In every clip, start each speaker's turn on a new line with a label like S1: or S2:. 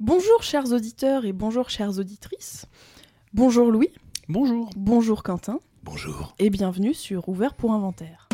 S1: Bonjour chers auditeurs et bonjour chères auditrices. Bonjour Louis,
S2: Bonjour.
S1: bonjour Quentin
S3: Bonjour.
S1: et bienvenue sur Ouvert pour Inventaire.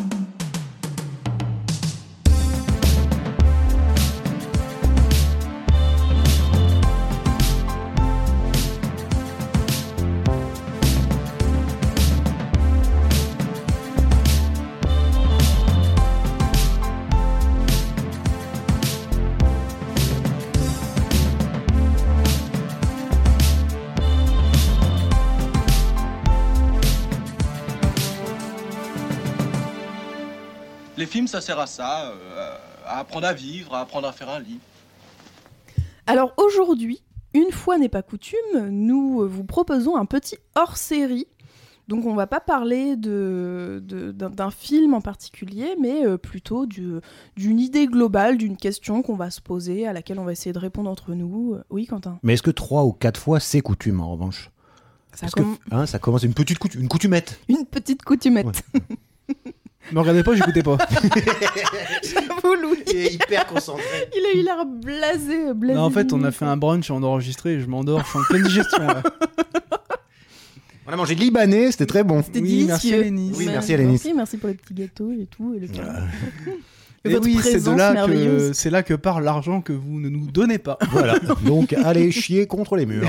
S2: Les films, ça sert à ça, euh, à apprendre à vivre, à apprendre à faire un lit.
S1: Alors aujourd'hui, une fois n'est pas coutume, nous euh, vous proposons un petit hors-série. Donc on va pas parler de- de- d'un d'un film en particulier, mais euh, plutôt du- d'une idée globale, d'une question qu'on va se poser, à laquelle on va essayer de répondre entre nous. Euh, Oui Quentin
S3: Mais est-ce que trois ou quatre fois, c'est coutume en revanche
S1: ça
S3: Parce que,
S1: comme
S3: hein, ça commence une petite coutu- une coutumette.
S1: Une petite coutumette.
S4: Ne regardez pas, j'écoutais pas.
S1: Vous Louis,
S3: est hyper concentré.
S1: il a eu l'air blasé, blasé.
S4: Non, en fait,
S1: de
S4: on a
S1: nous.
S4: fait un brunch, on a enregistré, je m'endors, je suis en pleine digestion. là.
S3: On a mangé de libanais, c'était très bon.
S1: C'était
S4: Oui, merci,
S1: délicieux.
S4: Lénis.
S3: Oui,
S1: Ouais,
S3: merci,
S1: je vous en
S3: Alanis.
S1: prie, Merci pour les petits gâteaux et tout. Et le café. Et
S4: Et
S1: votre
S4: oui, c'est de
S1: présence
S4: là
S1: merveilleuse.
S4: que c'est là que part l'argent que vous ne nous donnez pas.
S3: Voilà. Donc, allez chier contre les murs.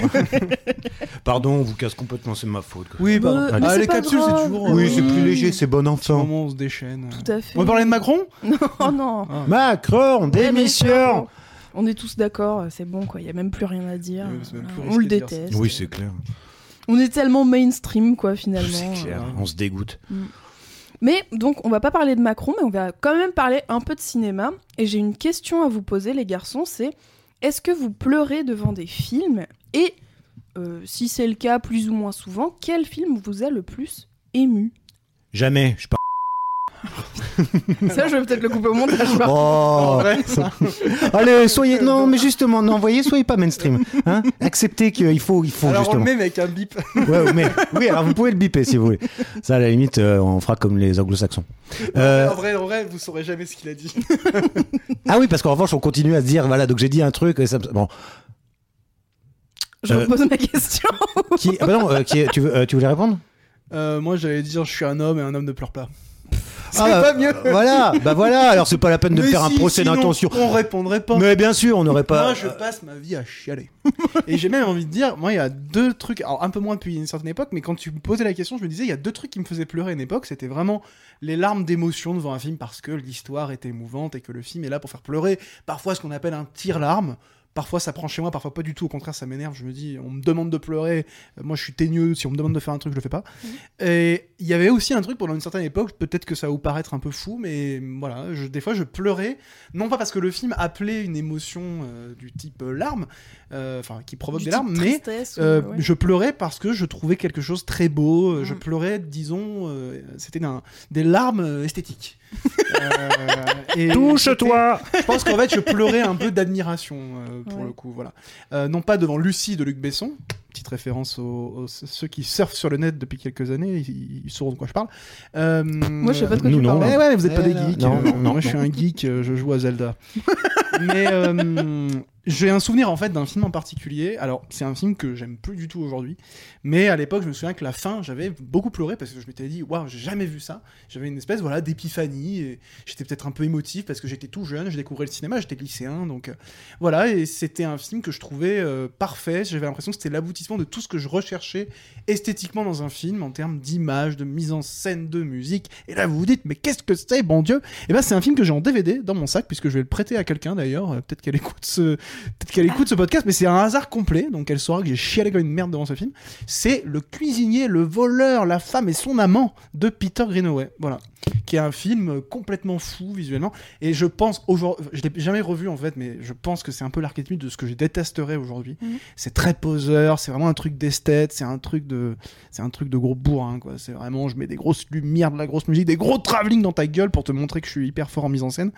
S3: Pardon, on vous casse complètement, c'est de ma faute. quoi.
S4: Oui,
S1: pardon.
S4: pardon.
S1: Euh, mais
S4: ah,
S1: c'est
S4: les
S1: pas
S4: capsules,
S1: grave.
S4: c'est toujours.
S3: Oui,
S4: euh,
S3: c'est plus léger, c'est bon
S4: petit
S3: enfant.
S4: moment, on se déchaîne.
S1: Tout à fait.
S4: On va parler de Macron
S1: Oh non.
S3: Macron, démission
S1: On est tous d'accord, c'est bon quoi, il n'y a même plus rien à dire.
S4: Oui, c'est même plus
S1: on
S4: risqué
S1: le
S4: de dire ça.
S1: déteste.
S3: Oui, c'est clair.
S1: On est tellement mainstream quoi
S3: C'est
S1: finalement.
S3: clair.
S4: euh,
S3: On se dégoûte.
S1: Mais donc on va pas parler de Macron, mais on va quand même parler un peu de cinéma. Et j'ai une question à vous poser les garçons, c'est est-ce que vous pleurez devant des films Et euh, si c'est le cas plus ou moins souvent, quel film vous a le plus ému
S3: Jamais, je parle.
S1: Ça je vais peut-être le couper au montage. par-
S4: En
S3: Oh
S4: vrai, ça-
S3: Allez, soyez. Non, mais justement, non, voyez, soyez pas mainstream. Hein Acceptez qu'il faut, il faut
S4: Alors on le
S3: justement.
S4: met avec un bip.
S3: Ouais, mais, oui, alors vous pouvez le biper si vous voulez. Ça, à la limite, euh, on fera comme les anglo-saxons. Euh,
S4: En vrai, en vrai, vous saurez jamais ce qu'il a dit.
S3: ah oui, parce qu'en revanche, on continue à se dire, voilà, donc j'ai dit un truc. et ça me- bon,
S1: Je
S3: Euh.
S1: repose ma question.
S3: qui, ah bah non, euh, qui est- tu, veux, euh, tu voulais répondre
S4: Euh, moi, j'allais dire, je suis un homme et un homme ne pleure pas. C'est
S3: Ah,
S4: pas
S3: bah,
S4: mieux.
S3: euh, Voilà, bah voilà, alors c'est pas la peine de
S4: Mais
S3: faire
S4: si,
S3: un procès
S4: sinon,
S3: d'intention.
S4: On répondrait pas.
S3: Mais bien sûr, on n'aurait pas. euh,
S4: Moi, je passe ma vie à chialer. et j'ai même envie de dire, moi, il y a deux trucs, alors un peu moins depuis une certaine époque, mais quand tu me posais la question, je me disais, il y a deux trucs qui me faisaient pleurer à une époque. C'était vraiment les larmes d'émotion devant un film parce que l'histoire était émouvante et que le film est là pour faire pleurer. Parfois, ce qu'on appelle un tir-larme. Parfois, ça prend chez moi, parfois pas du tout. Au contraire, ça m'énerve. Je me dis, on me demande de pleurer. Euh, Moi, je suis teigneux. Si on me demande de faire un truc, je le fais pas.
S1: Mhm.
S4: Et il y avait aussi un truc pendant une certaine époque, peut-être que ça va vous paraître un peu fou, mais voilà, je- des fois, je pleurais non pas parce que le film appelait une émotion euh, du type euh, larmes, euh, enfin qui provoque
S1: Du
S4: des
S1: type
S4: larmes, mais
S1: tristesse, ou-
S4: euh,
S1: ouais.
S4: je pleurais parce que je trouvais quelque chose très beau. euh, Je
S1: Mm.
S4: pleurais, disons, euh, c'était d'un- des larmes euh, esthétiques. Euh, et
S3: Touche-toi
S4: c'était- Je pense qu'en fait, je pleurais un peu d'admiration euh, pour
S1: Ouais.
S4: le coup. Voilà. Euh, non pas devant Lucie de Luc Besson. Petite référence aux, aux- ceux qui surfent sur le net depuis quelques années, ils, ils sauront de quoi je parle. Euh,
S1: Moi, je sais pas de quoi
S3: Nous,
S1: tu
S3: non.
S1: parles.
S4: Ouais, ouais, vous êtes pas
S3: Eh
S4: des
S3: là.
S4: geeks.
S3: Non,
S4: euh,
S3: non, non,
S4: moi, je suis un geek, euh, je joue à Zelda. Mais euh, j'ai un souvenir en fait d'un film en particulier. Alors, c'est un film que j'aime plus du tout aujourd'hui. Mais à l'époque, je me souviens que la fin, j'avais beaucoup pleuré parce que je m'étais dit, waouh, j'ai jamais vu ça. J'avais une espèce voilà, d'épiphanie. et J'étais peut-être un peu émotif parce que j'étais tout jeune, je découvrais le cinéma, j'étais lycéen. Donc euh, voilà, et c'était un film que je trouvais euh, parfait. J'avais l'impression que c'était l'aboutissement de tout ce que je recherchais esthétiquement dans un film en termes d'image, de mise en scène, de musique. Et là, vous vous dites, mais qu'est-ce que c'est, bon Dieu Et ben, c'est un film que j'ai en DVD dans mon sac, puisque je vais le prêter à quelqu'un d'ailleurs. Euh, Peut-être qu'elle écoute ce, peut-être qu'elle écoute ce podcast, mais c'est un hasard complet, donc elle saura que j'ai chialé comme une merde devant ce film. C'est Le cuisinier, le voleur, la femme et son amant de Peter Greenaway. Voilà, qui est un film euh, complètement fou visuellement. Et je pense aujourd'hui, je l'ai jamais revu en fait, mais je pense que c'est un peu l'archétype de ce que je détesterais aujourd'hui c'est très poseur, c'est vraiment un truc d'esthète, c'est un truc de c'est un truc de gros bourrin quoi, c'est vraiment je mets des grosses lumières, de la grosse musique, des gros travelling dans ta gueule pour te montrer que je suis hyper fort en mise en scène.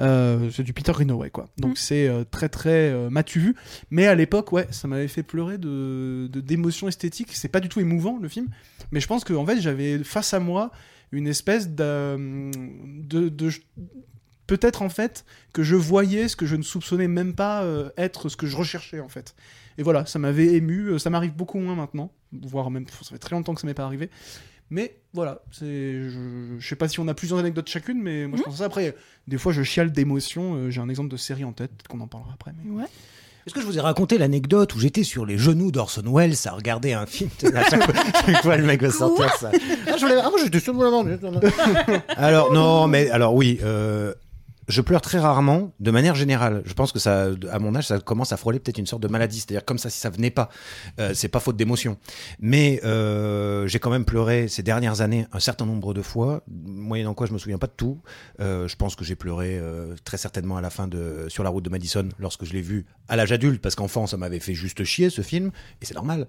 S4: Euh, c'est du Peter Greenaway quoi. Donc
S1: Mm.
S4: c'est euh, très très euh, m'as-tu vu mais à l'époque ouais, ça m'avait fait pleurer de de- d'émotions esthétiques, c'est pas du tout émouvant le film, mais je pense que en fait j'avais face à moi une espèce d'a- de, de peut-être en fait que je voyais ce que je ne soupçonnais même pas euh, être ce que je recherchais en fait. Et voilà, ça m'avait ému, euh, ça m'arrive beaucoup moins maintenant, voire même ça fait très longtemps que ça m'est pas arrivé. Mais voilà, c'est, je, je sais pas si on a plusieurs anecdotes chacune, mais
S1: Mhm.
S4: moi je pense à ça. Après, des fois je chiale d'émotion, euh, j'ai un exemple de série en tête, peut-être qu'on en parlera après. mais-
S1: Ouais.
S3: Est-ce que je vous ai raconté l'anecdote où j'étais sur les genoux d'Orson Welles à regarder un film à chaque fois, chaque fois, le mec va sortir ça. Ah, je l'avais- ah, moi, j'étais sur le volant. alors non, mais alors oui, euh, je pleure très rarement, de manière générale. Je pense que ça, à mon âge, ça commence à frôler peut-être une sorte de maladie. C'est-à-dire comme ça, si ça venait pas, euh, c'est pas faute d'émotion. Mais euh, j'ai quand même pleuré ces dernières années un certain nombre de fois, moyennant quoi je me souviens pas de tout. Euh, je pense que j'ai pleuré euh, très certainement à la fin de sur la route de Madison lorsque je l'ai vu à l'âge adulte parce qu'enfant ça m'avait fait juste chier ce film et c'est normal.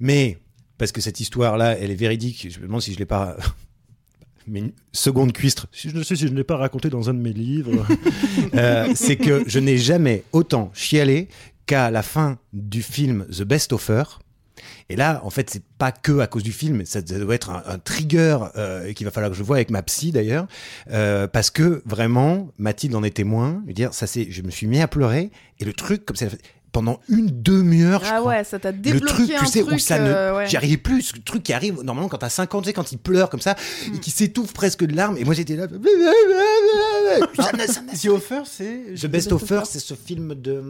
S3: Mais parce que cette histoire là elle est véridique, je me demande si je l'ai pas mais une seconde cuistre,
S5: Si je ne sais si je ne l'ai pas raconté dans un de mes livres.
S3: euh, c'est que je n'ai jamais autant chialé qu'à la fin du film The Best Offer. Et là, en fait, c'est pas que à cause du film, ça, ça doit être un, un trigger euh, qu'il va falloir que je vois avec ma psy d'ailleurs, euh, parce que vraiment, Mathilde en est témoin. Je veux dire, ça c'est, je me suis mis à pleurer et le truc comme ça pendant une demi-heure. je
S1: Ah
S3: crois,
S1: ouais, ça t'a
S3: le
S1: débloqué
S3: truc,
S1: un
S3: tu sais,
S1: truc.
S3: où ça
S1: euh,
S3: ne.
S1: ouais.
S3: J'y arrivais plus. Ce truc qui arrive, normalement, quand t'as 50 ans, quand il pleure comme ça,
S1: Hmm.
S3: et qui s'étouffe presque de larmes. Et moi, j'étais là. ça ne- ça ne-
S4: The Offer, c'est.
S3: The Best Offer, c'est ce film de.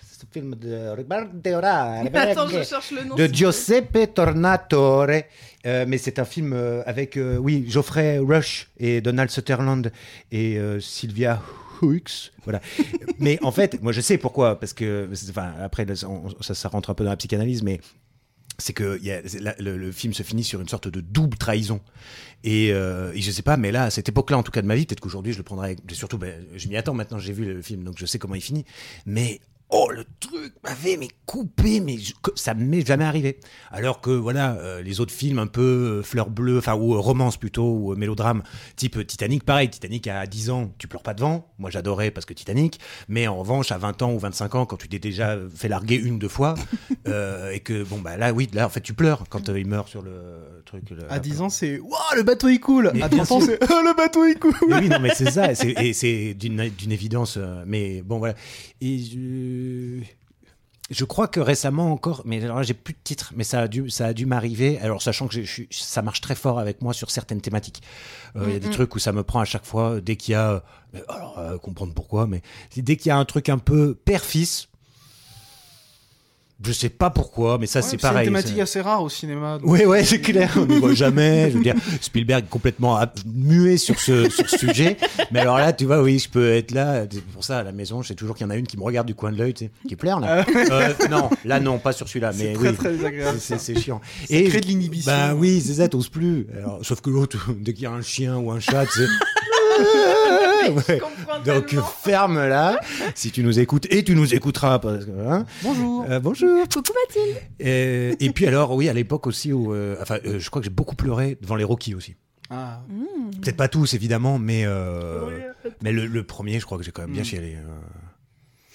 S3: c'est Ce film de. Attends,
S1: Attends, je cherche le nom.
S3: de
S1: c'est-
S3: Giuseppe Tornatore. Euh, mais c'est un film euh, avec, euh, oui, Geoffrey Rush et Donald Sutherland et euh, Sylvia Hooks. Voilà. mais en fait, moi je sais pourquoi, parce que, enfin, après, là, on- ça, ça rentre un peu dans la psychanalyse, mais c'est que il y a- c'est- la- le, le film se finit sur une sorte de double trahison. Et, euh, et je sais pas, mais là, à cette époque-là, en tout cas de ma vie, peut-être qu'aujourd'hui, je le prendrais. avec- Surtout, ben, je m'y attends maintenant, j'ai vu le film, donc je sais comment il finit. Mais oh, le truc m'avait mais coupé, mais je- que- ça m'est jamais arrivé. Alors que voilà, euh, les autres films un peu euh, fleur bleue, enfin ou euh, romance plutôt, ou euh, mélodrame, type euh, Titanic, pareil. Titanic à 10 ans, tu pleures pas devant. Moi, j'adorais parce que Titanic. Mais en revanche, à 20 ans ou 25 ans, quand tu t'es déjà fait larguer une deux fois, euh, et que bon bah là, oui, là en fait, tu pleures quand euh, il meurt sur le truc. le-
S4: À 10 ans, c'est. Waouh, le bateau il coule
S3: Mais
S4: À
S3: bien
S4: 30 ans,
S3: sûr.
S4: c'est. Ah, le bateau il coule
S3: Mais oui, non, mais c'est ça, et c'est- et c'est d'une d'une évidence. euh, Mais bon, voilà. Et je, je crois que récemment encore, mais alors là, j'ai plus de titre, mais ça a dû, ça a dû m'arriver. Alors, sachant que je suis- ça marche très fort avec moi sur certaines thématiques. Euh, Il y a des
S1: Mhm.
S3: trucs où ça me prend à chaque fois, dès qu'il y a. euh, mais alors, euh, comprendre pourquoi, mais dès qu'il y a un truc un peu père-fils, je sais pas pourquoi, mais ça,
S4: Ouais,
S3: c'est pareil.
S4: une thématique
S3: ça-
S4: assez rare au cinéma. donc-
S3: oui, ouais, c'est clair, on n'y voit jamais. Je veux dire, Spielberg est complètement ab- muet sur ce, sur ce sujet. Mais alors là, tu vois, oui, je peux être là. C'est Pour ça, à la maison, je sais toujours qu'il y en a une qui me regarde du coin de l'œil, tu sais, qui pleure là. Euh, non, là, non, pas sur celui-là,
S4: Ah C'est
S3: mais
S4: très
S3: oui.
S4: très désagréable.
S3: C'est- C'est c'est chiant.
S4: Ça crée de l'inhibition.
S3: Bah oui, c'est ça, t'oses plus. Alors, sauf que l'autre, dès qu'il y a un chien ou un chat, tu sais.
S1: Je
S3: Ouais.
S1: comprends
S3: Donc
S4: Ah
S1: tellement.
S3: ferme là, si tu nous écoutes, et tu nous écouteras. Parce que, hein.
S4: Bonjour
S3: Euh, bonjour.
S1: Coucou Mathilde.
S3: Euh, et puis alors, oui, à l'époque aussi où, euh, enfin, euh, je crois que j'ai beaucoup pleuré devant les Rocky aussi.
S4: Ah.
S3: Peut-être pas tous évidemment, mais
S1: Mmh.
S3: euh, mais le, le premier, je crois que j'ai quand même bien
S4: Mm.
S3: chialé. euh.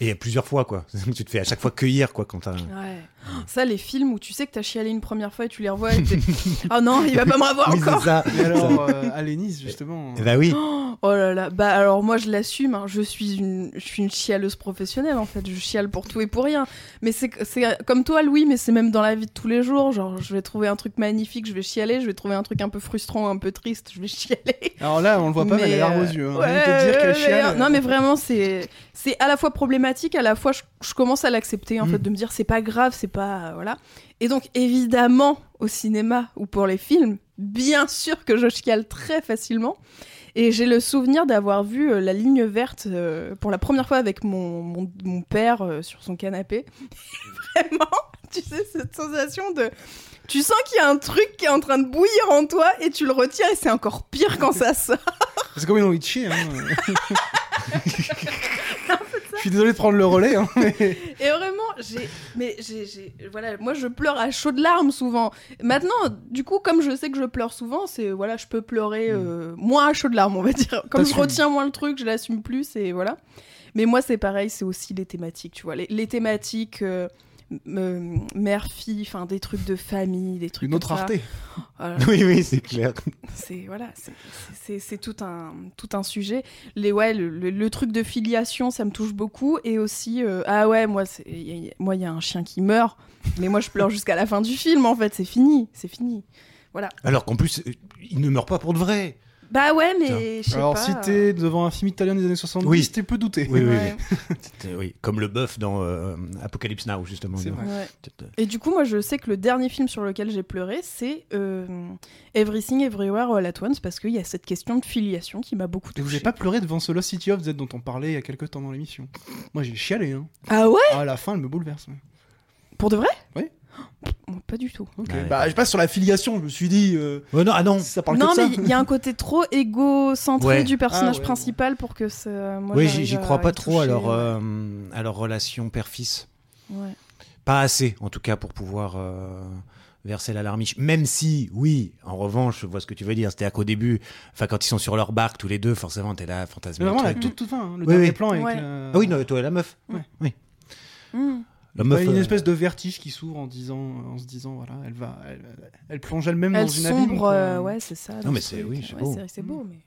S3: Et plusieurs fois quoi. tu te fais à chaque fois cueillir quoi quand t'as.
S1: Ouais. Ça, les films où tu sais que t'as chialé une première fois et tu les revois et t'es. oh non, il va pas me revoir
S3: Oui,
S1: encore.
S3: c'est ça.
S4: Et alors, euh, à Lénis, justement.
S3: Eh ben oui.
S1: Oh là là, bah alors moi je l'assume, hein. je suis une je suis une chialeuse professionnelle en fait, je chiale pour tout et pour rien. Mais c'est c'est comme toi Louis, mais c'est même dans la vie de tous les jours, genre je vais trouver un truc magnifique, je vais chialer, je vais trouver un truc un peu frustrant, un peu triste, je vais chialer.
S4: Alors là, on le voit pas, mais, elle a les larmes aux
S1: euh,
S4: yeux. hein.
S1: ouais,
S4: Rien que de dire qu'elle
S1: ouais,
S4: chiale.
S1: ouais. Non mais vraiment c'est c'est à la fois problématique, à la fois je, je commence à l'accepter en
S4: Mm.
S1: fait de me dire c'est pas grave, c'est pas voilà. Et donc évidemment au cinéma ou pour les films, bien sûr que je chiale très facilement. Et j'ai le souvenir d'avoir vu euh, la ligne verte euh, pour la première fois avec mon, mon, mon père euh, sur son canapé. Vraiment, tu sais, cette sensation de... Tu sens qu'il y a un truc qui est en train de bouillir en toi et tu le retires et c'est encore pire quand ça sort.
S4: C'est comme une envie de chier. hein. Je suis désolé de prendre le relais, hein, mais
S1: Et vraiment, j'ai. Mais j'ai. j'ai- Voilà, moi je pleure à chaudes larmes souvent. Maintenant, du coup, comme je sais que je pleure souvent, c'est. Voilà, je peux
S4: Mm.
S1: pleurer euh, moins à chaudes larmes, on va dire. Comme je
S4: T'assumes.
S1: retiens moins le truc, je l'assume plus et voilà. Mais moi, c'est pareil, c'est aussi les thématiques, tu vois. Les, les thématiques. euh, euh, mère-fille, enfin des trucs de famille, des trucs
S4: Une autre
S1: comme ça.
S4: Arte.
S1: Voilà.
S3: Oui, oui, c'est clair.
S1: C'est voilà, c'est- c'est- c'est tout un tout un sujet. Les ouais, le, le- le truc de filiation, ça me touche beaucoup et aussi euh, ah ouais, moi c'est y a- y a- moi il y a un chien qui meurt, mais moi je pleure jusqu'à la fin du film en fait, c'est fini, c'est fini.
S3: Alors qu'en plus, euh, il ne meurt pas pour de vrai.
S1: Bah ouais, mais je sais
S4: Alors,
S1: pas.
S4: si t'es devant un film italien des années 70,
S3: Oui.
S4: t'es peu douté.
S3: Oui, oui,
S1: Ouais,
S3: C'était- oui, Comme le bœuf dans euh, Apocalypse Now, justement.
S4: C'est
S3: Non. euh.
S4: vrai.
S1: ouais. Et du coup, moi je sais que le dernier film sur lequel j'ai pleuré, c'est euh, Everything Everywhere All at Once parce qu'il y a cette question de filiation qui m'a beaucoup
S4: Et vous
S1: touchée.
S4: avez pas pleuré devant ce Lost City of Z dont on parlait il y a quelques temps dans l'émission. Moi j'ai chialé, hein.
S1: Ah ouais,
S4: Ah, à la fin elle me bouleverse. ouais.
S1: pour de vrai
S4: Oui.
S1: Moi, pas du tout.
S4: Ok.
S3: Ouais.
S4: Bah, je passe sur la filiation, je me suis dit, euh,
S3: Ouais, non, ah non.
S4: ça parle
S1: non,
S4: que de
S1: mais
S4: ça.
S1: il y a un côté trop égocentré
S3: Ouais.
S1: du personnage
S4: Ah ouais,
S1: principal pour que ça. moi,
S3: oui,
S1: j'arrive
S3: j'y j'y
S1: à
S3: crois pas
S1: y
S3: trop
S1: toucher,
S3: à leur,
S1: ouais.
S3: euh, à leur relation père-fils.
S1: Ouais.
S3: Pas assez, en tout cas, pour pouvoir euh, verser l'alarmiche. Même si, oui, en revanche, je vois ce que tu veux dire. C'était qu'au début, enfin, quand ils sont sur leur barque, tous les deux, forcément, t'es là,
S4: Mais
S3: fantasmer. le
S4: vraiment la
S3: truc,
S4: toute, toute fin, hein, le
S3: Oui,
S4: dernier
S3: oui.
S4: plan avec
S1: Ouais.
S3: tout. Ah oui, non, toi, la meuf.
S4: Ouais.
S3: Oui.
S1: Mm.
S3: La
S4: Bah,
S3: meuf.
S4: il y a une
S3: euh,
S4: espèce de vertige qui s'ouvre en disant, en se disant voilà, elle va, elle, elle plonge elle-même dans
S1: Elle
S4: une abîme.
S1: sombre,
S4: quoi.
S1: euh, ouais, c'est ça. dans
S3: mais
S1: ce
S3: c'est-
S1: truc.
S3: oui, c'est
S1: Ouais,
S3: beau.
S1: c'est c'est beau, mais.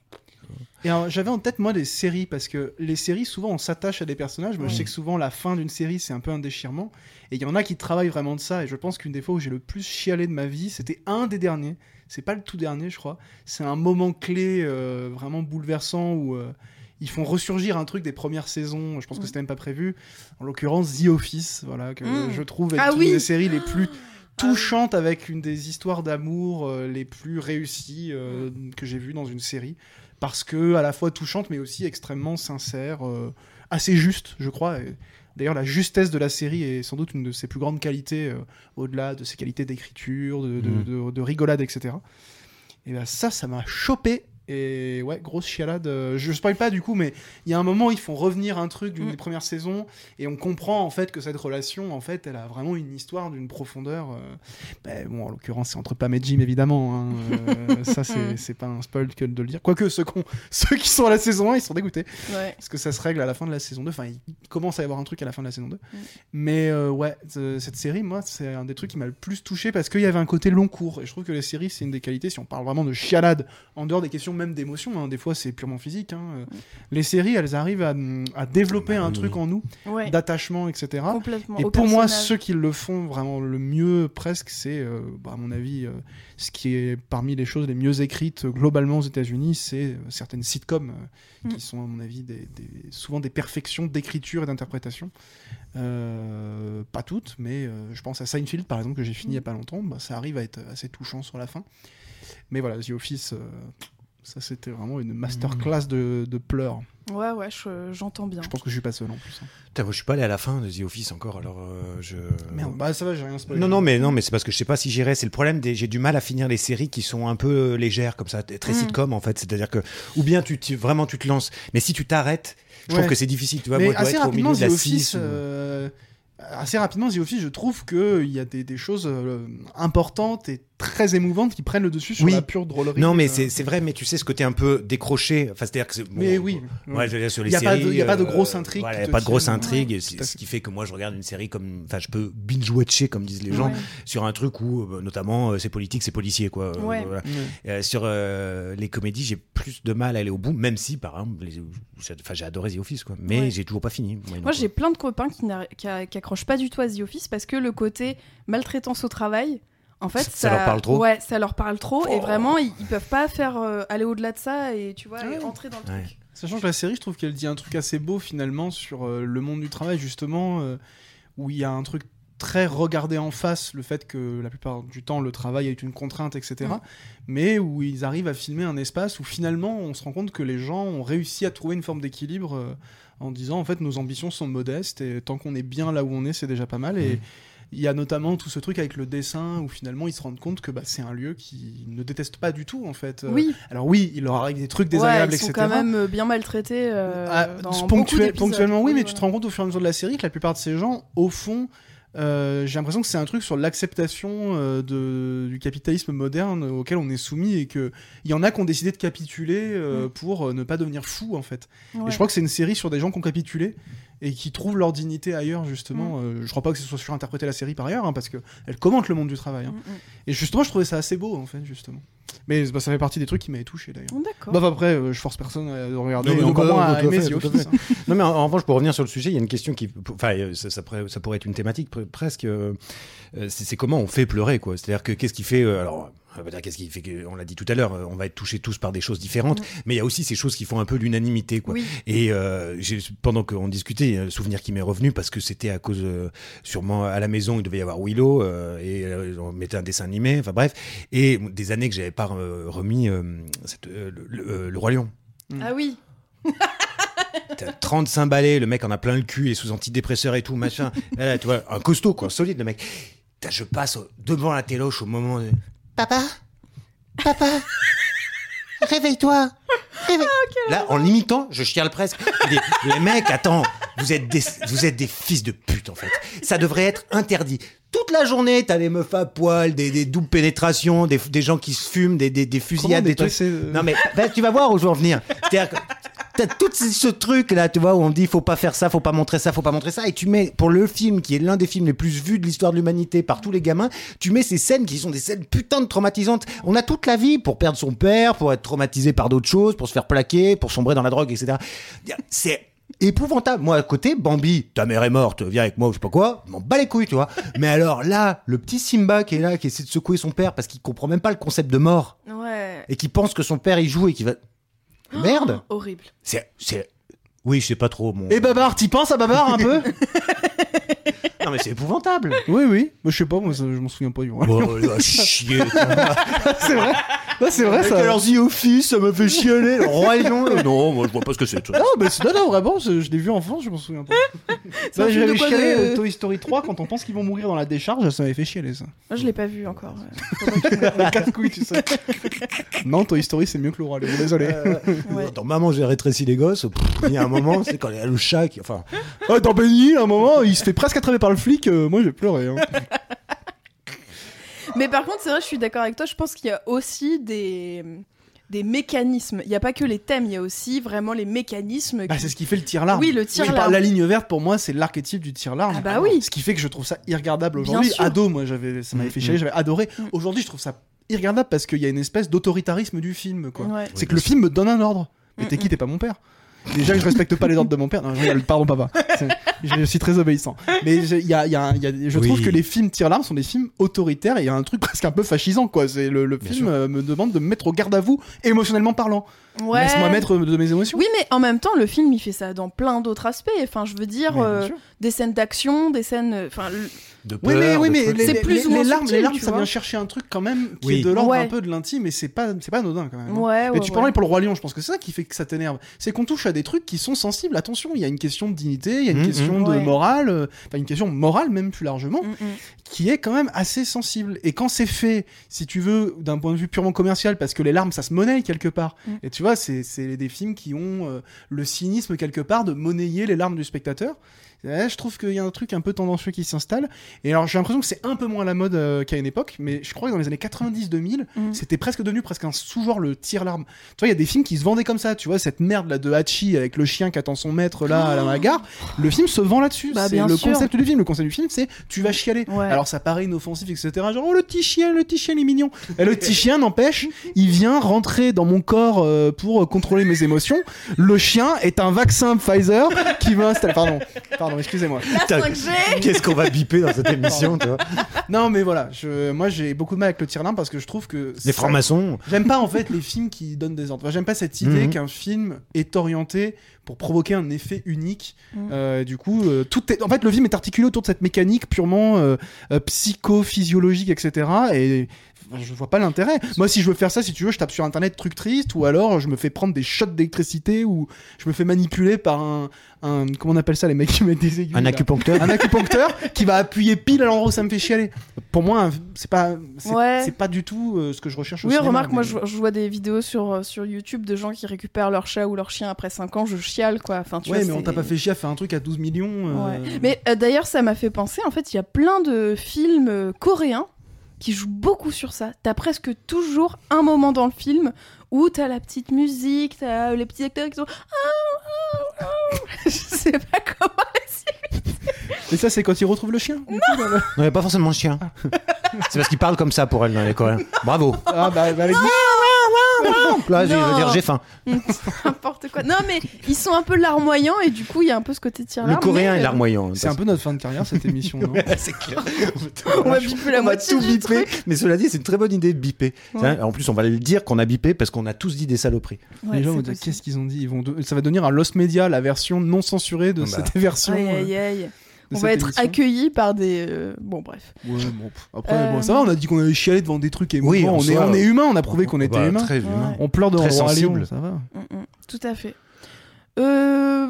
S4: Et alors, j'avais en tête, moi, des séries, parce que les séries, souvent, on s'attache à des personnages. Moi, je sais que souvent, la fin d'une série, c'est un peu un déchirement. Et il y en a qui travaillent vraiment de ça. Et je pense qu'une des fois où j'ai le plus chialé de ma vie, c'était un des derniers. C'est pas le tout dernier, je crois. C'est un moment clé euh, vraiment bouleversant où euh, ils font ressurgir un truc des premières saisons. Je pense que c'était même pas prévu. En l'occurrence, The Office, voilà, que
S1: Mm.
S4: je trouve être
S1: Ah
S4: une
S1: oui.
S4: des séries les plus
S1: Ah oui.
S4: touchantes avec une des histoires d'amour euh, les plus réussies euh, que j'ai vues dans une série parce que à la fois touchante mais aussi extrêmement sincère, euh, assez juste, je crois. Et D'ailleurs, la justesse de la série est sans doute une de ses plus grandes qualités, euh, au-delà de ses qualités d'écriture, de, de-
S3: Mhm.
S4: de- de rigolade, etc. Et ben ça, ça m'a chopé. Et ouais, grosse chialade. Euh, Je spoil pas du coup, mais il y a un moment, ils font revenir un truc d'une
S1: Mhm.
S4: des premières saisons, et on comprend en fait que cette relation, en fait, elle a vraiment une histoire d'une profondeur. euh, ben, bon, en l'occurrence, c'est entre Pam et Jim, évidemment. hein. Euh, ça, c'est c'est pas un spoil que de le dire. Quoique, ceux, qu'on- ceux qui sont à la saison 1, ils sont dégoûtés.
S1: Ouais.
S4: Parce que ça se règle à la fin de la saison 2. Enfin, il commence à y avoir un truc à la fin de la saison 2.
S1: Mm.
S4: Mais euh, ouais, ce- cette série, moi, c'est un des trucs qui m'a le plus touché parce qu'il y avait un côté long cours. Et je trouve que les séries, c'est une des qualités, si on parle vraiment de chialade, en dehors des questions même d'émotion, hein, des fois c'est purement physique. hein, euh, Les séries, elles arrivent à, à développer
S3: Bah
S4: un
S3: oui.
S4: truc en nous,
S1: Ouais.
S4: d'attachement, etc.
S1: Complètement.
S4: Et
S1: au
S4: pour moi,
S1: personnage.
S4: ceux qui le font vraiment le mieux, presque, c'est, euh, bah, à mon avis, euh, ce qui est parmi les choses les mieux écrites euh, globalement aux États-Unis, c'est euh, certaines sitcoms euh,
S1: Mm.
S4: qui sont, à mon avis, des, des- souvent des perfections d'écriture et d'interprétation. Euh, pas toutes, mais euh, je pense à Seinfeld, par exemple, que j'ai
S1: Mm.
S4: fini il y a pas longtemps. Bah, ça arrive à être assez touchant sur la fin. Mais voilà, The Office, euh, ça c'était vraiment une masterclass de, de pleurs.
S1: Ouais, ouais, je- j'entends bien.
S4: Je pense que je suis pas seul en plus. hein.
S3: Putain, moi, je suis pas allé à la fin de The Office encore, alors euh, je.
S4: Merde, bah ça va, j'ai rien spoilé.
S3: Non, non, mais non, mais c'est parce que je sais pas si j'irai. C'est le problème. des- J'ai du mal à finir les séries qui sont un peu euh, légères comme ça, t- très
S1: Mm.
S3: sitcom en fait. C'est-à-dire que ou bien tu, tu- vraiment tu te lances, mais si tu t'arrêtes, je
S4: Ouais.
S3: trouve que c'est difficile. Tu vois,
S4: mais
S3: moi, je dois
S4: assez
S3: être au milieu
S4: rapidement,
S3: de
S4: The
S3: la
S4: Office,
S3: 6 ou-
S4: euh, assez rapidement, The Office, je trouve qu'il y a des, des choses euh, importantes et très émouvantes qui prennent le dessus sur
S3: Oui.
S4: la pure drôlerie.
S3: Non, mais
S4: Euh,
S3: c'est c'est vrai. Mais tu sais ce côté un peu décroché. Enfin, c'est-à-dire que. c'est- bon,
S4: Mais oui.
S3: Ouais, je veux dire, sur
S4: Il
S3: les
S4: y a pas de-
S3: séries,
S4: il y a pas de
S3: euh,
S4: grosse intrigue
S3: voilà,
S4: qui
S3: Il n'y
S4: te
S3: a pas de grosse
S4: tienne.
S3: intrigue. et
S4: tout à
S3: c'est-
S4: fait.
S3: Ce qui fait que moi, je regarde une série comme. Enfin, je peux binge-watcher, comme disent les gens,
S1: Ouais.
S3: sur un truc où, euh, notamment, euh, c'est politique, c'est policier, quoi. Euh,
S1: Ouais.
S3: voilà.
S4: Ouais.
S3: Euh, sur euh, les comédies, j'ai plus de mal à aller au bout, même si, par exemple, les- j'ai- enfin, j'ai adoré The Office, quoi. Mais
S1: Ouais.
S3: j'ai toujours pas fini. Moi,
S1: Moi,
S3: donc,
S1: j'ai plein de copains qui n'arri- qui a- qui accrochent pas du tout à The Office parce que le côté maltraitance au travail, en fait,
S3: Ça-
S1: ça,
S3: ça leur parle trop Oh.
S1: Ouais, ça leur parle trop et vraiment, ils, ils peuvent pas faire euh, aller au-delà de ça et tu vois,
S4: Ouais.
S1: et entrer dans le
S3: Ah Ouais.
S1: truc.
S4: Sachant que la série, je trouve qu'elle dit un truc assez beau finalement sur euh, le monde du travail, justement, euh, où il y a un truc très regardé en face, le fait que la plupart du temps le travail est une contrainte, etc.
S1: Mm.
S4: Mais où ils arrivent à filmer un espace où finalement on se rend compte que les gens ont réussi à trouver une forme d'équilibre euh, en disant en fait nos ambitions sont modestes et tant qu'on est bien là où on est, c'est déjà pas mal. Et
S3: Mm.
S4: il y a notamment tout ce truc avec le dessin où finalement ils se rendent compte que bah, c'est un lieu qu'ils ne détestent pas du tout en fait. Euh,
S1: Oui,
S4: Alors oui, il leur arrive des trucs
S1: ouais,
S4: désagréables,
S1: ils sont
S4: etc.
S1: quand même euh, bien maltraités euh,
S4: Ah,
S1: dans beaucoup
S4: ponctuel-
S1: d'épisodes.
S4: ponctuellement, oui, mais
S1: Ouais,
S4: tu te
S1: ouais.
S4: rends compte au fur et à mesure de la série que la plupart de ces gens, au fond, euh, j'ai l'impression que c'est un truc sur l'acceptation euh, de- du capitalisme moderne auquel on est soumis et que il y en a qui ont décidé de capituler euh, pour euh, ne pas devenir fous en fait. Et
S1: Mm. Ouais.
S4: je crois que c'est une série sur des gens qui ont capitulé et qui trouvent leur dignité ailleurs justement.
S1: Mm.
S4: Euh, je crois pas que ce soit surinterprété la série par ailleurs hein, parce que elle commente le monde du travail. hein.
S1: Mm, mm.
S4: Et justement, je trouvais ça assez beau en fait justement. Mais bah, ça fait partie des trucs qui m'avaient touché d'ailleurs.
S1: mm. D'accord.
S4: Bah bah, après, euh, je force personne à le regarder,
S5: Non, mais
S4: et
S5: non,
S4: encore
S5: bah,
S4: moins
S5: non,
S4: à
S5: tout à
S4: aimer
S5: fait,
S4: The
S5: tout à
S4: Office,
S5: fait.
S4: hein.
S3: Non, mais en, en revanche, pour revenir sur le sujet, il y a une question qui. Enfin, euh, ça, ça pourrait, ça pourrait être une thématique pre- presque. euh, euh, c'est c'est comment on fait pleurer, quoi. C'est-à-dire que qu'est-ce qui fait. euh, alors, on va dire qu'est-ce qui fait. que- on l'a dit tout à l'heure, euh, on va être touchés tous par des choses différentes, mais il y a aussi ces choses qui font un peu l'unanimité, quoi.
S1: Oui.
S3: Et euh, j'ai- pendant qu'on discutait, il y a un souvenir qui m'est revenu parce que c'était à cause, euh, sûrement à la maison, il devait y avoir Willow euh, et euh, on mettait un dessin animé, enfin bref, et des années que j'avais pas euh, remis euh, cette, euh, le, le- euh, le Roi Lion.
S1: Ah oui.
S3: T'as 35 balais, le mec en a plein le cul, il est sous antidépresseur et tout, machin. Là, là, tu vois, un costaud, quoi, solide le mec. Putain, je passe au- devant la téloche au moment de.
S6: Papa Papa Réveille-toi Réveille-
S4: Ah,
S3: Là, en l'imitant, je chiale presque. Il est- les mecs, attends, vous êtes, des, vous êtes des fils de pute, en fait. Ça devrait être interdit. Toute la journée, t'as des meufs à poil, des, des doubles pénétrations, des, des gens qui se fument, des, des, des
S4: Comment on
S3: fusillades, des
S4: est
S3: trucs.
S4: passé, euh,
S3: Non mais bah, tu vas voir où je veux en venir. C'est-à-dire que T'as tout ce- ce truc là, tu vois, où on dit faut pas faire ça, faut pas montrer ça, faut pas montrer ça, et tu mets pour le film qui est l'un des films les plus vus de l'histoire de l'humanité par tous les gamins, tu mets ces scènes qui sont des scènes putain de traumatisantes. On a toute la vie pour perdre son père, pour être traumatisé par d'autres choses, pour se faire plaquer, pour sombrer dans la drogue, etc. C'est épouvantable. Moi à côté, Bambi, ta mère est morte, viens avec moi ou je sais pas quoi, je m'en bats les couilles, tu vois. Mais alors là, le petit Simba qui est là, qui essaie de secouer son père parce qu'il comprend même pas le concept de mort
S1: Ouais.
S3: et qui pense que son père il joue et qui va. Merde
S1: Oh, horrible.
S3: C'est. c'est... Oui, je sais pas trop. Mon...
S4: Et Babar, Eh, t'y penses à Babar un peu
S3: Non, mais c'est épouvantable
S4: Oui, oui. Bah, je sais pas, moi, ça- je m'en souviens pas du tout.
S3: Oh, là, chier
S4: c'est vrai. Ouais, c'est vrai, ça.
S3: alors, The Office, oh, ça me fait chialer Le Roi Lion là. Non, moi, je vois pas ce que c'est. ça.
S4: Non, mais c'est- non, non, vraiment, je, je l'ai vu en France, je m'en souviens pas.
S1: un
S4: Ça,
S1: film de
S4: j'avais
S1: quoi,
S4: chialé
S1: de-
S4: euh, Toy Story 3 quand on pense qu'ils vont mourir dans la décharge, ça m'avait fait chialer ça.
S1: Moi, je l'ai pas vu encore. euh,
S4: Quatre couilles, tu sais. non, Toy Story c'est mieux que le roi, Lion, désolé.
S1: Ouais.
S3: Dans Maman, j'ai rétréci les gosses. pff, Il y a un moment, c'est quand il y a le chat qui. Enfin.
S4: Oh, dans Benny, à un moment, il se fait presque attraper par le flic, euh, moi j'ai pleuré. hein.
S1: Mais par contre, c'est vrai, je suis d'accord avec toi. Je pense qu'il y a aussi des des mécanismes. Il n'y a pas que les thèmes, il y a aussi vraiment les mécanismes.
S4: Bah,
S1: qui-
S4: c'est ce qui fait le tir larme.
S1: Oui, le
S4: Tu
S1: tir
S4: parles,
S1: là.
S4: la ligne verte, pour moi, c'est l'archétype du tir larme.
S1: Ah bah oui.
S4: Ce qui fait que je trouve ça irregardable
S1: Bien
S4: aujourd'hui.
S1: sûr. Mm.
S4: Ado, moi, j'avais, ça m'avait fait
S3: Mm,
S4: chialer, j'avais adoré. Aujourd'hui, je trouve ça irregardable parce qu'il y a une espèce d'autoritarisme du film, quoi.
S1: Ouais. Mm,
S4: C'est que le film me donne un ordre. Mais t'es qui T'es pas mon père. Déjà que je respecte pas les ordres de mon père. Non, je rigole, pardon papa. C'est- Je suis très obéissant. Mais je- il y a- il y a un- il y a- je trouve
S3: Oui.
S4: que les films tire larme sont des films autoritaires et il y a un truc presque un peu fascisant quoi. C'est le, le
S3: Bien
S4: film
S3: sûr.
S4: euh, me demande de me mettre au garde à vous émotionnellement parlant.
S1: Ouais.
S4: Laisse-moi mettre de mes émotions.
S1: Oui, mais en même temps, le film, il fait ça dans plein d'autres aspects. Enfin, je veux dire,
S4: Mais bien
S1: euh,
S4: sûr.
S1: des scènes d'action, des scènes. euh, Enfin, le-
S3: De
S4: Oui, mais,
S3: peur,
S4: oui,
S3: de
S4: mais
S3: trucs.
S4: les,
S1: C'est
S4: les-
S1: plus
S4: les-
S1: ou moins
S4: les larmes,
S1: subtil,
S4: les larmes,
S1: tu
S4: ça
S1: vois.
S4: vient chercher un truc quand même qui
S3: Oui.
S4: est de l'ordre un
S1: Ouais.
S4: peu de l'intime, et c'est pas, c'est pas anodin quand même. hein.
S1: ouais,
S4: Mais
S1: ouais,
S4: tu
S1: ouais.
S4: parlais pour le roi lion, je pense que c'est ça qui fait que ça t'énerve. C'est qu'on touche à des trucs qui sont sensibles. Attention, il y a une question de dignité, il y a une
S3: Mhm.
S4: question de
S1: Ouais.
S4: morale, euh, enfin une question morale même plus largement,
S1: Mm, mm.
S4: qui est quand même assez sensible. Et quand c'est fait, si tu veux, d'un point de vue purement commercial, parce que les larmes, ça se monnaie quelque part.
S1: Mm.
S4: Et tu vois, c'est c'est des films qui ont euh, le cynisme quelque part de monnayer les larmes du spectateur. Euh, je trouve qu'il y a un truc un peu tendancieux qui s'installe. Et alors, j'ai l'impression que c'est un peu moins à la mode euh, qu'à une époque, mais je crois que dans les années 90-2000,
S1: Mm.
S4: c'était presque devenu presque un sous-genre le tir larme. Tu vois, il y a des films qui se vendaient comme ça. Tu vois, cette merde là de Hachi avec le chien qui attend son maître là à la- à la gare. Le film se vend là-dessus.
S1: Oh. Bah,
S4: c'est
S1: bien
S4: le
S1: sûr.
S4: concept du film. Le concept du film, c'est tu vas chialer.
S1: Ouais.
S4: Alors ça paraît inoffensif, etc. Genre, oh le petit chien, le petit chien, il est mignon. Et le petit chien, n'empêche, il vient rentrer dans mon corps euh, pour euh, contrôler mes émotions. Le chien est un vaccin Pfizer qui va installer. Pardon, pardon, excusez-moi.
S1: La
S3: Putain,
S1: 5G
S3: Qu'est-ce qu'on va biper dans cette émission, tu vois
S4: Non, mais voilà, je, moi j'ai beaucoup de mal avec le tir-larme parce que je trouve que.
S3: Les
S4: ça-
S3: francs-maçons.
S4: J'aime pas en fait les films qui donnent des ordres. Enfin, J'aime pas cette idée
S3: Mhm.
S4: qu'un film est orienté pour provoquer un effet unique.
S1: Mhm.
S4: Euh, du coup, euh, tout est... en fait, le film est articulé autour de cette mécanique purement euh, euh, psychophysiologique, etc. Et je vois pas l'intérêt. Moi, si je veux faire ça, si tu veux, je tape sur internet truc triste, ou alors je me fais prendre des shots d'électricité, ou je me fais manipuler par un, un- comment on appelle ça les mecs qui mettent des aiguilles.
S3: Un
S4: là Ah.
S3: acupuncteur
S4: un acupuncteur qui va appuyer pile à l'endroit où ça me fait chialer. Pour moi, c'est pas, c'est
S1: Ouais.
S4: c'est pas du tout euh, ce que je recherche. au
S1: Oui,
S4: cinéma,
S1: remarque, moi
S4: mais-
S1: je, je vois des vidéos sur, euh, sur YouTube de gens qui récupèrent leur chat ou leur chien après 5 ans, je chiale quoi. Enfin, tu
S4: Ouais,
S1: vois,
S4: mais on
S1: c'est-
S4: t'a pas fait chier à faire un truc à 12 millions.
S1: Ouais.
S4: euh,
S1: Mais euh, d'ailleurs, ça m'a fait penser, en fait, il y a plein de films euh, coréens qui jouent beaucoup sur ça. T'as presque toujours un moment dans le film où t'as la petite musique, t'as euh, les petits acteurs qui sont... Ah, Je sais pas comment.
S4: Et ça, c'est quand il retrouve le chien. du coup, dans le-
S3: Non, mais pas forcément le chien. C'est parce qu'il parle comme ça pour elle dans les Coréens. Bravo.
S4: Ah, bah, bah, avec-
S3: Donc là, j'ai- je veux
S1: Non.
S3: dire, j'ai faim.
S1: N'importe quoi. Non, mais ils sont un peu larmoyants et du coup, il y a un peu ce côté tir
S3: Le coréen est larmoyant. hein,
S4: C'est un peu notre fin de carrière cette émission. non
S3: parce- C'est clair.
S1: On va biper la
S3: On va
S1: moitié
S3: tout
S1: du
S3: biper.
S1: truc.
S3: Mais cela dit, c'est une très bonne idée de biper.
S1: Ouais.
S3: Tiens, En plus, on va le dire qu'on a bipé parce qu'on a tous dit des saloperies.
S1: Ouais,
S4: Les gens
S1: c'est
S4: vont dire
S1: possible.
S4: qu'est-ce qu'ils ont dit Ils vont de- Ça va devenir un Lost Media, la version non censurée de
S3: Ah bah.
S4: cette version.
S1: Aïe,
S4: euh,
S1: aïe, aïe.
S4: de
S1: On va
S4: cette
S1: être
S4: émission.
S1: accueillis par des... euh, Bon, bref.
S4: Ouais, bon, pff, après,
S1: Euh,
S4: bon, ça va, on a dit qu'on avait chialé devant des trucs et
S3: Oui, en
S4: on, est,
S3: soi,
S4: on est humain, on a prouvé qu'on
S3: Bah,
S4: était humain.
S3: Très humain.
S1: Ouais.
S4: On pleure devant
S3: très
S4: le roi Lion,
S3: sensible.
S4: ça va.
S1: Mm, mm. Tout à fait. Euh...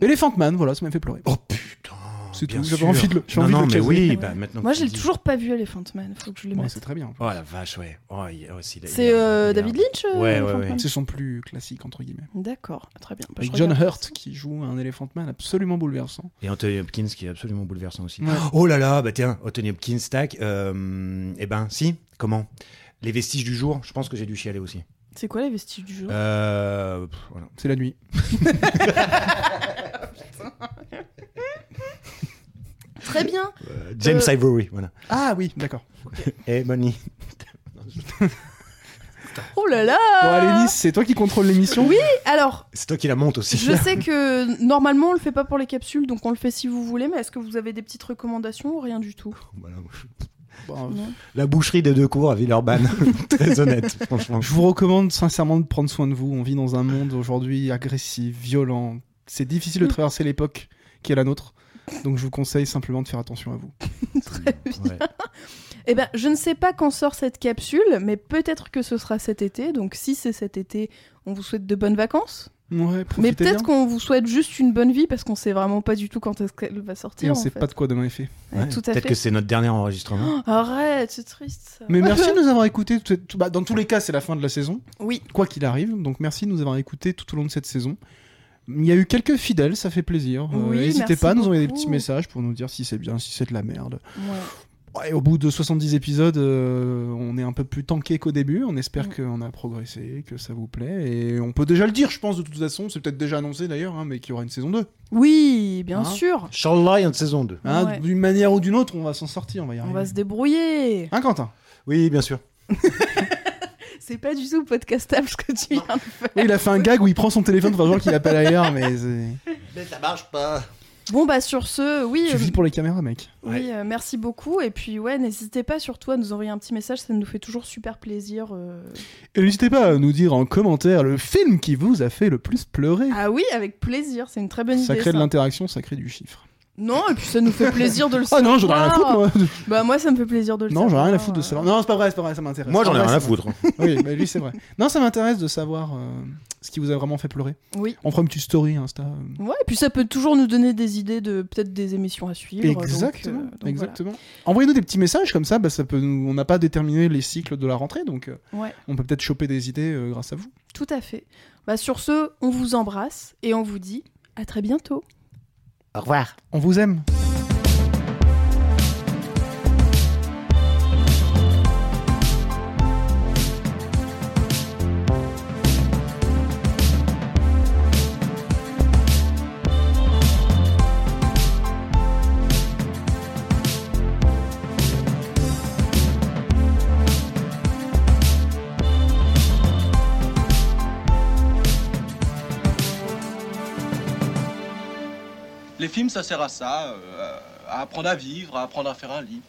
S4: Elephant Man, voilà, ça m'a fait pleurer.
S3: Oh putain.
S4: C'est
S3: bien
S4: tout, j'avais
S3: sûr.
S4: envie de le- j'ai
S3: Non,
S4: envie de
S3: non,
S4: le
S3: mais
S4: caser.
S3: oui, bah maintenant.
S1: Moi,
S3: que
S1: je
S3: tu
S1: l'ai
S3: dis.
S1: toujours pas vu, Elephant Man. Faut que je le
S4: Ouais,
S1: mette.
S4: c'est très bien.
S3: Oh la vache, ouais. Oh, il- oh, s'il a- il
S1: C'est
S3: a-
S1: euh,
S3: il a-
S1: David Lynch euh,
S3: Ouais, ouais,
S1: Elephant
S3: ouais.
S1: Man
S4: C'est son plus classique, entre guillemets.
S1: D'accord, très bien. Bah, je
S4: Avec John
S1: regarde.
S4: Hurt qui joue un Elephant Man absolument bouleversant.
S3: Et Anthony Hopkins qui est absolument bouleversant aussi.
S4: Ouais.
S3: Oh là là, bah tiens, Anthony Hopkins, tac. Euh, eh ben, si, comment Les vestiges du jour, je pense que j'ai dû chialer aussi.
S1: C'est quoi les vestiges du jour
S3: Euh, pff, voilà.
S4: C'est la nuit.
S1: Très bien.
S3: Euh, James
S1: Euh,
S3: Ivory, voilà.
S4: Ah oui, d'accord.
S3: Et Bonnie.
S1: Oh là là
S4: Bon, allez, Nice, c'est toi qui contrôle l'émission
S1: Oui, alors,
S3: C'est toi qui la monte aussi.
S1: je sais que normalement on le fait pas pour les capsules, donc on le fait si vous voulez, mais est-ce que vous avez des petites recommandations ou rien du tout
S3: Voilà.
S4: Bon,
S1: Non.
S3: La boucherie des deux cours à Villeurbanne. Très honnête, franchement.
S4: Je vous recommande sincèrement de prendre soin de vous. On vit dans un monde aujourd'hui agressif, violent. C'est difficile de traverser l'époque qui est la nôtre. Donc je vous conseille simplement de faire attention à vous.
S1: Très bien.
S3: Ouais.
S1: Eh ben, je ne sais pas quand sort cette capsule, mais peut-être que ce sera cet été, donc si c'est cet été, on vous souhaite de bonnes vacances.
S4: Ouais, profitez
S1: Mais
S4: bien.
S1: peut-être qu'on vous souhaite juste une bonne vie, parce qu'on sait vraiment pas du tout quand est-ce qu'elle va sortir.
S4: Et on
S1: en
S4: sait
S1: fait.
S4: pas de quoi demain est fait.
S1: Ouais, Tout à
S3: Peut-être
S1: fait.
S3: que c'est notre dernier enregistrement.
S1: Arrête, c'est triste. ça.
S4: Mais merci de nous avoir écoutés. Tout- tout- bah, dans tous les cas, c'est la fin de la saison.
S1: Oui,
S4: quoi qu'il arrive. Donc merci de nous avoir écoutés tout au long de cette saison. Il y a eu quelques fidèles, ça fait plaisir. Euh,
S1: Oui,
S4: N'hésitez
S1: merci
S4: pas à nous envoyer des
S1: beaucoup.
S4: petits messages pour nous dire si c'est bien, si c'est de la merde.
S1: ouais.
S4: Ouais, au bout de 70 épisodes, euh, on est un peu plus tanké qu'au début. On espère
S1: Mm.
S4: qu'on a progressé, que ça vous plaît. Et on peut déjà le dire, je pense, de toute façon. C'est peut-être déjà annoncé d'ailleurs, hein, mais qu'il y aura une saison 2.
S1: Oui, bien
S4: Hein
S1: sûr.
S3: Inch'Allah, il y a une saison 2.
S4: Hein,
S1: Ouais.
S4: D'une manière ou d'une autre, on va s'en sortir, on va y
S1: On
S4: arriver.
S1: va se débrouiller.
S4: Hein, Quentin
S3: Oui, bien sûr.
S1: C'est pas du tout podcastable ce que tu viens de faire.
S4: Oui, Il a fait un gag où il prend son téléphone pour genre qu'il appelle ailleurs, mais c'est-
S6: Mais ça marche pas.
S1: Bon bah sur ce, oui,
S4: tu
S1: euh,
S4: vis pour les caméras, mec.
S1: oui, euh, merci beaucoup. Et puis ouais, n'hésitez pas surtout à nous envoyer un petit message, ça nous fait toujours super plaisir. euh.
S4: Et n'hésitez pas à nous dire en commentaire le film qui vous a fait le plus pleurer.
S1: Ah oui, avec plaisir, c'est une très bonne
S4: ça
S1: idée.
S4: crée de
S1: ça.
S4: l'interaction, ça crée du chiffre.
S1: Non, et puis ça nous fait plaisir de le
S4: Ah
S1: savoir.
S4: non, j'en ai rien à foutre, moi.
S1: Bah moi ça me fait plaisir de le
S4: Non,
S1: savoir.
S4: j'en ai rien à foutre de
S1: euh.
S4: savoir. Non, c'est pas vrai, c'est pas vrai, ça m'intéresse.
S3: Moi,
S1: Ah
S3: j'en
S4: En
S3: ai
S4: vrai,
S3: rien
S4: ça
S3: à foutre.
S4: m'intéresse. Oui, mais lui, c'est vrai. Non, ça m'intéresse de savoir euh, ce qui vous a vraiment fait pleurer.
S1: Oui.
S4: On fera une petite story Insta. euh.
S1: Ouais, et puis ça peut toujours nous donner des idées de peut-être des émissions à suivre. donc, euh,
S4: Exactement.
S1: donc voilà.
S4: exactement. Envoyez-nous des petits messages comme ça, bah, ça peut nous- on n'a pas déterminé les cycles de la rentrée, donc euh,
S1: Ouais.
S4: on peut peut-être choper des idées euh, grâce à vous.
S1: Tout à fait. Bah sur ce, on vous embrasse et on vous dit à très bientôt.
S6: Au revoir.
S4: On vous aime.
S2: Les films, ça sert à ça, euh, à apprendre à vivre, à apprendre à faire un livre.